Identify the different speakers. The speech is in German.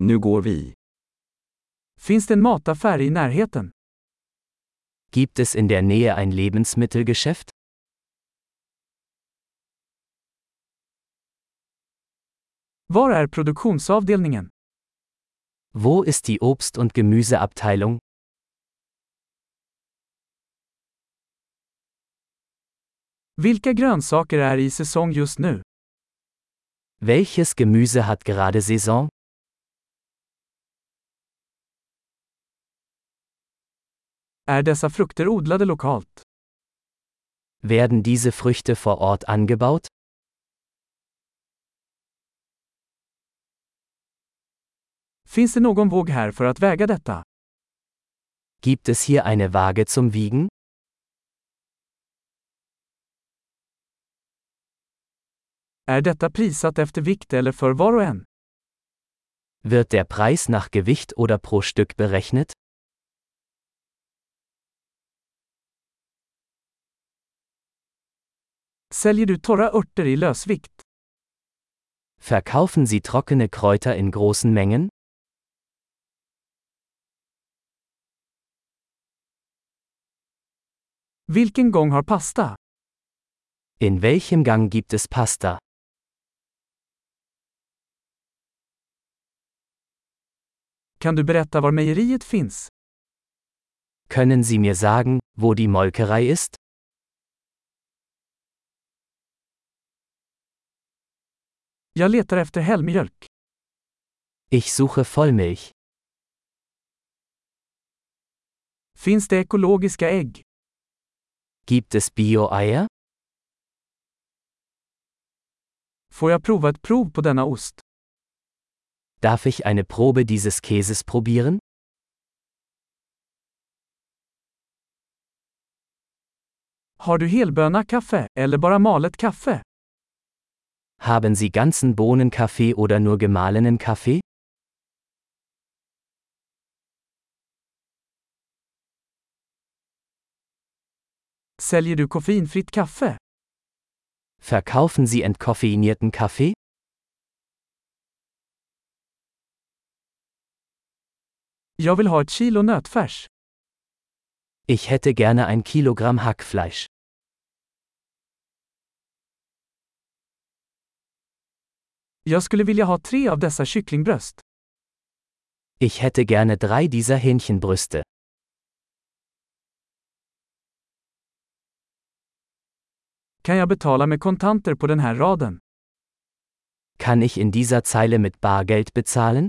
Speaker 1: Nu går vi.
Speaker 2: Finns det en mataffär i närheten?
Speaker 3: Gibt es in der Nähe ein Lebensmittelgeschäft?
Speaker 2: Var är produktionsavdelningen?
Speaker 3: Wo ist die Obst- und Gemüseabteilung?
Speaker 2: Vilka grönsaker är i säsong just nu?
Speaker 3: Welches Gemüse hat gerade Saison?
Speaker 2: Är dessa frukter odlade lokalt?
Speaker 3: Werden diese Früchte vor Ort angebaut?
Speaker 2: Finns det någon våg här för att väga detta?
Speaker 3: Gibt es hier eine Waage zum Wiegen?
Speaker 2: Är detta prissatt efter vikt eller för var och en?
Speaker 3: Wird der Preis nach Gewicht oder pro Stück berechnet?
Speaker 2: Säljer du torra örter i lösvikt?
Speaker 3: Verkaufen Sie trockene Kräuter in großen Mengen?
Speaker 2: Vilken gång har pasta?
Speaker 3: In welchem Gang gibt es Pasta?
Speaker 2: Kan du berätta var mejeriet finns?
Speaker 3: Können Sie mir sagen, wo die Molkerei ist?
Speaker 2: Jag letar efter helmjölk.
Speaker 3: Ich suche Vollmilch.
Speaker 2: Finns det ekologiska ägg?
Speaker 3: Gibt es Bio-Eier?
Speaker 2: Får jag prova ett prov på denna ost?
Speaker 3: Darf ich eine Probe dieses Käses probieren?
Speaker 2: Har du helböna kaffe, eller bara malet kaffe?
Speaker 3: Haben Sie ganzen Bohnenkaffee oder nur gemahlenen Kaffee?
Speaker 2: Säljer du koffeinfritt kaffe?
Speaker 3: Verkaufen Sie entkoffeinierten Kaffee?
Speaker 2: Jag vill ha ett kilo nötfärs.
Speaker 3: Ich hätte gerne ein Kilogramm Hackfleisch.
Speaker 2: Jag skulle vilja ha tre av dessa kycklingbröst.
Speaker 3: Ich hätte gerne drei dieser Hähnchenbrüste.
Speaker 2: Kan jag betala med kontanter på den här raden?
Speaker 3: Kann ich in dieser Zeile mit Bargeld bezahlen?